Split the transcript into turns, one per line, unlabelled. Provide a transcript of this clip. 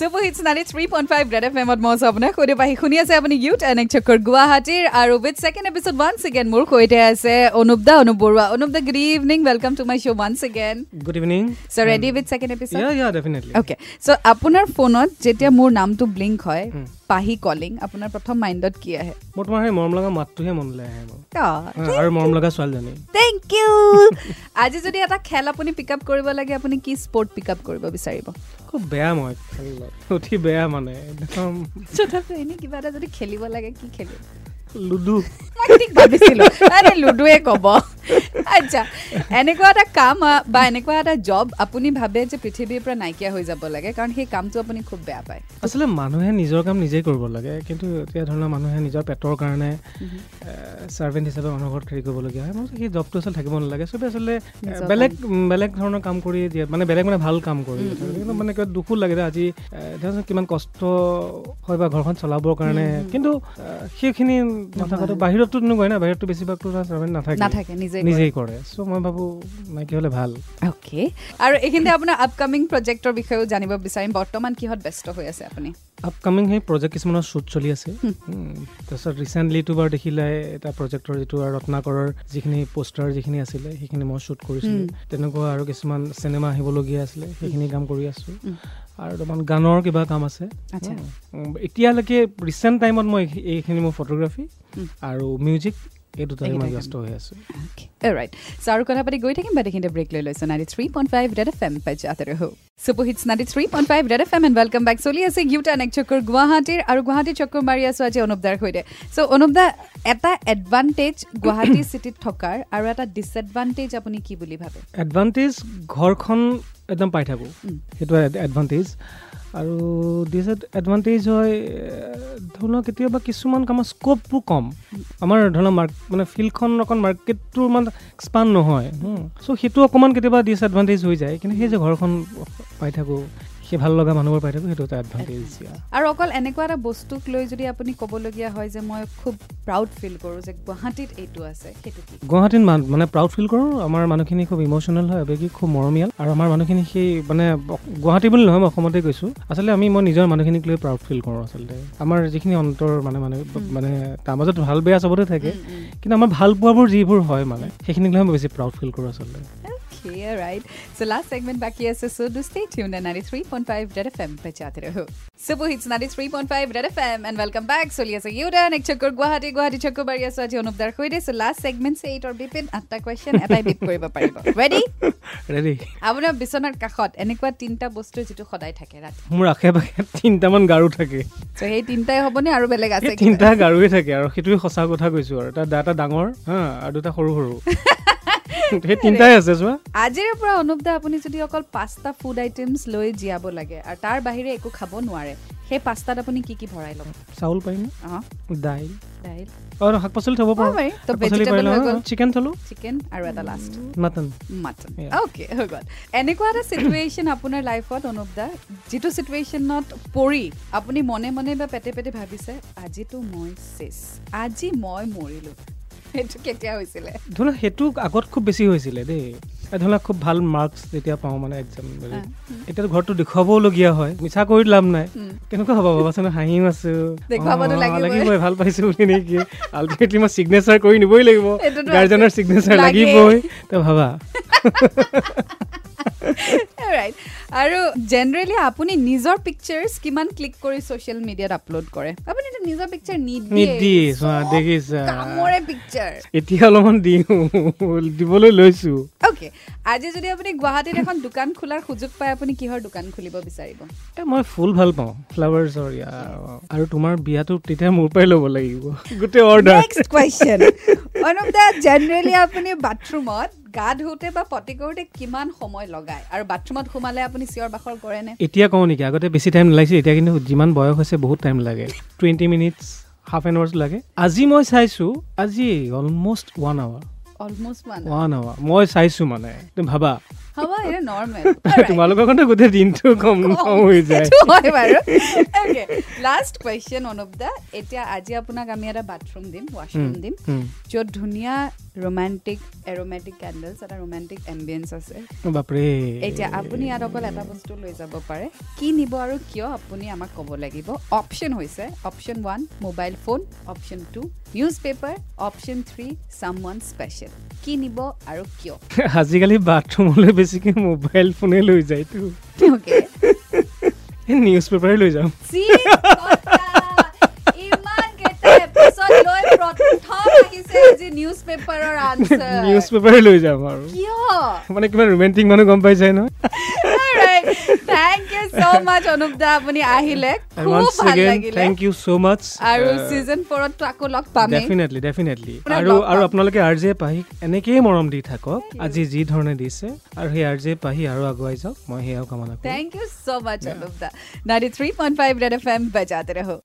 Super hits ninety three point five red F এমত মই আছোঁ আপোনাৰ সৈতে পাহি শুনি আছে আপুনি ইউথ এন এক চক্কৰ গুৱাহাটীৰ আৰু with second episode one second মোৰ সৈতে আছে Anup da Anup Barua Anup da good evening welcome to my show' one second
good evening
so' ready with second episode
yeah yeah definitely
okay so' আপোনাৰ ফোনত যেতিয়া মোৰ নামটো ব্লিংক হয় পাহি কলিং আপোনাৰ প্ৰথম মাইণ্ডত কি আহে
মোৰ তোমাৰ সেই মৰম লগা মাতটোহে মনলৈ আহে মোৰ হা, আৰু মৰম লগা ছোৱালীজনী
থেংক ইউ আজি যদি এটা খেল আপুনি পিক আপ কৰিব লাগে আপুনি কি স্পৰ্ট পিক আপ কৰিব বিচাৰিব
খুব বেয়া মই খেলত। অতি বেয়া মানে একদম
তথাপি এনেই কিবা এটা যদি খেলিব লাগে কি খেলিব
লুডু
মই ঠিক ভাবিছিলো আৰে লুডুৱে ক'ব আচ্ছা এনেকুৱা এটা কাম আ- বা এনেকুৱা এটা জব আপুনি ভাবে যে পৃথিৱীৰ পৰা নাইকিয়া হৈ যাব লাগে কাৰণ সেই কামটো আপুনি খুব বেয়া পায়
আচলতে মানুহে নিজৰ কাম নিজেই কৰিব লাগে কিন্তু এতিয়া ধৰি লোৱা মানুহে নিজৰ পেটৰ কাৰণে চাৰ্ভেণ্ট হিচাপে মানুহৰ ঘৰত হেৰি কৰিবলগীয়া হয় মই ভাবো সেই জবটো আচলতে থাকিব নালাগে চবেই আচলতে এ,
নিজৰ
বেলেগ উম, বেলেগ ধৰণৰ কাম কৰি দিয়ে মানে বেলেগ মানে ভাল কাম কৰি দিয়ে। কিন্তু মানে কিবা দুখো লাগে যে আজি এ, ধৰাচোন কিমান কষ্ট হয় বা ঘৰখন চলাবৰ কাৰণে কিন্তু এ, সেইখিনি নথকাটো বাহিৰততো নগয় না বাহিৰততো বেছিভাগতো চাৰ্ভেণ্ট নাথাকে
নাথাকে নিজে
নিজেই কৰে চ' মই ভাবোঁ মাইকী হ'লে ভাল
অ'কে আৰু এইখিনিতে আপোনাৰ আপকামিং প্ৰজেক্টৰ বিষয়েও জানিব বিচাৰিম বৰ্তমান কিহত ব্যস্ত হৈ আছে আপুনি
আপকামিং সেই প্ৰজেক্ট কিছুমানৰ শ্বুট চলি আছে উম, তাৰপিছত ৰিচেণ্টলিতো বাৰু দেখিলে এটা প্ৰজেক্টৰ যিটো আৰু ৰত্নাকৰৰ যিখিনি পোষ্টাৰ যিখিনি আছিলে সেইখিনি মই শ্বুট কৰিছিলোঁ তেনেকুৱা আৰু কিছুমান চিনেমা আহিবলগীয়া আছিলে সেইখিনি কাম কৰি আছোঁ আৰু অলপমান গানৰ কিবা কাম আছে
আচ্ছা।
উম, এতিয়ালৈকে ৰিচেণ্ট টাইমত মই এই- এইখিনি মোৰ ফটোগ্ৰাফী আৰু মিউজিক এই দুটাই মই
এইকেইটা
ব্যস্ত হৈ আছোঁ
ৰাইট চ' আৰু কথা পাতি গৈ থাকিম বাট এইখিনিতে ব্ৰেক লৈ লৈছোঁ ninety three point five red F M পেজাতে ৰহো super hits ninety three point five red F M and welcome back চলি আছে গিউটা নেক চক্কৰ গুৱাহাটীৰ আৰু গুৱাহাটী চক্কৰ মাৰি আছোঁ আজি অনুপদাৰ সৈতে চ' অনুপদা এটা এডভান্টেজ গুৱাহাটী চিটিত থকাৰ আৰু এটা ডিছএডভান্টেজ আপুনি কি বুলি ভাবে
এডভান্টেজ ঘৰখন একদম পাই থাকোঁ সেইটো এডভান্টেজ আৰু ডিজএডভান্টেজ হয় এ, ধৰি লওক কেতিয়াবা কিছুমান কামৰ স্ক'পবোৰ কম আমাৰ ধৰি লওক মাৰ্ক মানে ফিল্ডখন অকণ মাৰ্কেটটো ইমান এক্সপাণ্ড নহয় চ' সেইটো অকণমান কেতিয়াবা ডিছএডভান্টেজ হৈ যায় কিন্তু সেই যে ঘৰখন পাই থাকোঁ সেই ভাল লগা মানুহবোৰ পাই থাকোঁ সেইটো এটা এডভান্টেজ
আৰু অকল এনেকুৱা এটা বস্তুক লৈ যদি আপুনি ক'বলগীয়া হয় যে মই খুব প্ৰাউড ফিল কৰোঁ যে গুৱাহাটীত এইটো আছে সেইটো কি
গুৱাহাটীত মান- মানে প্ৰাউড ফিল কৰোঁ আমাৰ মানুহখিনি খুব ইম'চনেল হয় আৱেগিক খুব মৰমীয়াল আৰু আমাৰ মানুহখিনি সেই মানে অস- গুৱাহাটী বুলি নহয় মই অসমতে গৈছোঁ আচলতে আমি মই নিজৰ মানুহখিনিক লৈ প্ৰাউড ফিল কৰোঁ আচলতে আমাৰ যিখিনি অন্তৰ মানে মানুহ মানে তাৰ মাজত ভাল বেয়া চবতে থাকে কিন্তু আমাৰ ভাল পোৱাবোৰ যিবোৰ হয় মানে সেইখিনিক লৈ মই বেছি প্ৰাউড ফিল কৰোঁ আচলতে
Okay, all right. So last segment बाकी है so do stay tuned at 93.5 Red FM पे जाते रहो. Super hits 93.5 Red FM and welcome back. So yes, you done एक चक्कर गुवाहाटी गुवाहाटी चक्कर बारिया सो आज अनुपदार कोई दे so last segment से 8 और बिपिन अत्ता question এটাই বিপ কৰিব পাৰিব. Ready?
ৰেডি
আপোনাৰ বিচনাৰ কাষত এনেকুৱা তিনিটা বস্তু যিটো সদায় থাকে ৰাতি
মোৰ আশে পাশে তিনিটামান গাৰু থাকে
চ' সেই তিনিটাই হ'বনে আৰু বেলেগ আছে
এই তিনিটা গাৰুৱে থাকে আৰু সেইটোৱে সঁচা কথা কৈছোঁ আৰু এটা এটা ডাঙৰ হা আৰু দুটা সৰু সৰু সেই তিনিটাই আছে চোৱা
আজিৰে পৰা অনুপদা আপুনি যদি অকল পাঁচটা ফুড আইটেমছ লৈ জীয়াব লাগে আৰু তাৰ বাহিৰে একো খাব নোৱাৰে সেই পাঁচটাত আপুনি কি কি ভৰাই ল'ব
চাউল পাৰিম
অঁ
দাইল
দাইল
আৰু শাক পাচলি থ'ব
অ, পাৰি।
পাৰোঁ
তো vegetable হৈ গ'ল।
চিকেন থ'লোঁ
চিকেন আৰু এটা last
mutton
mutton
Yeah.
Okay হৈ গ'ল oh এনেকুৱা এটা চিটুৱেশ্যন আপোনাৰ লাইফত অনুপ দা যিটো চিটুৱেশ্যনত পৰি আপুনি মনে মনে বা পেটে পেটে ভাবিছে আজিতো মই চেছ আজি মই মৰিলোঁ সেইটো কেতিয়া হৈছিলে
ধৰি লওক সেইটো আগত খুব বেছি হৈছিলে দেই এই ধৰি লওক খুব ভাল মাৰ্কছ যেতিয়া পাওঁ মানে এক্সাম এতিয়াতো ঘৰতো দেখুৱাবলগীয়া হয় মিছা কৰি লাভ নাই কেনেকুৱা হ'ব ভাবাচোন হাঁহিও আছো
দেখুৱাবতো
অ, অ,
লাগিবই।
লাগিবই ভাল পাইছো বুলি নেকি আল্টিমেটলি মই চিগনেচাৰ কৰি নিবই লাগিব
সেইটোতো আছে।
গাৰ্জেনৰ চিগনেচাৰ
লাগেই।
লাগিবই তো ভাবা
ৰাইট আৰু জেনেৰেলি আপুনি নিজৰ পিকচাৰ্ছ কিমান ক্লিক কৰি ছ'চিয়েল মিডিয়াত আপলোড কৰে আপুনি তো নিজৰ পিকচাৰ
নিদিয়ে
নিদিয়ে
চোৱা দেখিছা
কামৰে পিকচাৰ
এতিয়া অলপমান দিওঁ দিবলৈ লৈছো
অ'কে আজি যদি আপুনি গুৱাহাটীত এখন দোকান খোলাৰ সুযোগ পায় আপুনি কিহৰ দোকান খুলিব বিচাৰিব
এ মই ফুল ভাল পাওঁ ফ্লাৱাৰ্ছৰ আৰু তোমাৰ বিয়াটো তেতিয়া মোৰ পৰাই ল'ব লাগিব গোটেই order
next question Anup da generally আপুনি বাথৰুমত গা ধুওঁতে বা পটি কৰোঁতে কিমান সময় লগায় আৰু বাথৰুমত সোমালে আপুনি চিঞৰ বাখৰ কৰেনে
এতিয়া কওঁ নেকি আগতে বেছি টাইম লাগিছিল এতিয়া কিন্তু যিমান বয়স হৈছে বহুত টাইম লাগে twenty minutes half an hours লাগে আজি মই চাইছোঁ আজি almost one hour
almost one
one hour মই চাইছোঁ মানে তুমি ভাবা
হ'ব এইটো নৰ্মেল
তোমালোকৰ কাৰণে গোটেই দিনটো কম কম হৈ যায়
Oh, হয় বাৰু লাষ্ট কুৱেশ্যন অনুপ দা এতিয়া আজি আপোনাক আমি এটা বাথৰুম দিম ৱাশ্ৰুম দিম
হুম।
য'ত ধুনীয়া ৰোমান্টিক এৰমেটিক কেণ্ডেলছ এটা ৰোমান্টিক এম্বিয়েঞ্চ আছে
অ' বাপৰে
এতিয়া আপুনি ইয়াত অকল এটা বস্তু লৈ যাব পাৰে কি নিব আৰু কিয় আপুনি আমাক ক'ব লাগিব অপশ্যন হৈছে option one mobile phone option two newspaper option three someone special কি নিব আৰু কিয়
আজিকালি বাথৰুমলৈ বেছিকৈ মোবাইল ফোনে লৈ যায়তো
Okay.
এই নিউজ পেপাৰে লৈ যাম
যি কথা! ইমানকেইটা episode লৈ প্ৰথম আহিছে আজি newspaper-ৰ answer।
নিউজ পেপাৰে লৈ যাম আৰু
কিয়
মানে কিমান ৰোমেণ্টিক মানুহ গম পাই যায় নহয়
Alright. Thank you so much, Anup দা, আপুনি আহিলে
And
খুব
once
ভাল
again,
লাগিলে
thank you so much.
আৰু
Uh,
ছিজন ফ'ৰততো আকৌ লগ পামেই
definitely, definitely.
আপোনাক
আৰু
লগ
আৰু
পাম।
আপোনালোকে আৰ জে পাহিক এনেকেই মৰম দি থাকক আজি যি ধৰণে দিছে আৰু সেই আৰ জে পাহি আৰু আগুৱাই যাওক মই সেয়াও কামনা কৰোঁ
thank you so much Anup da ninety three point five red F M বাজাতে ৰহো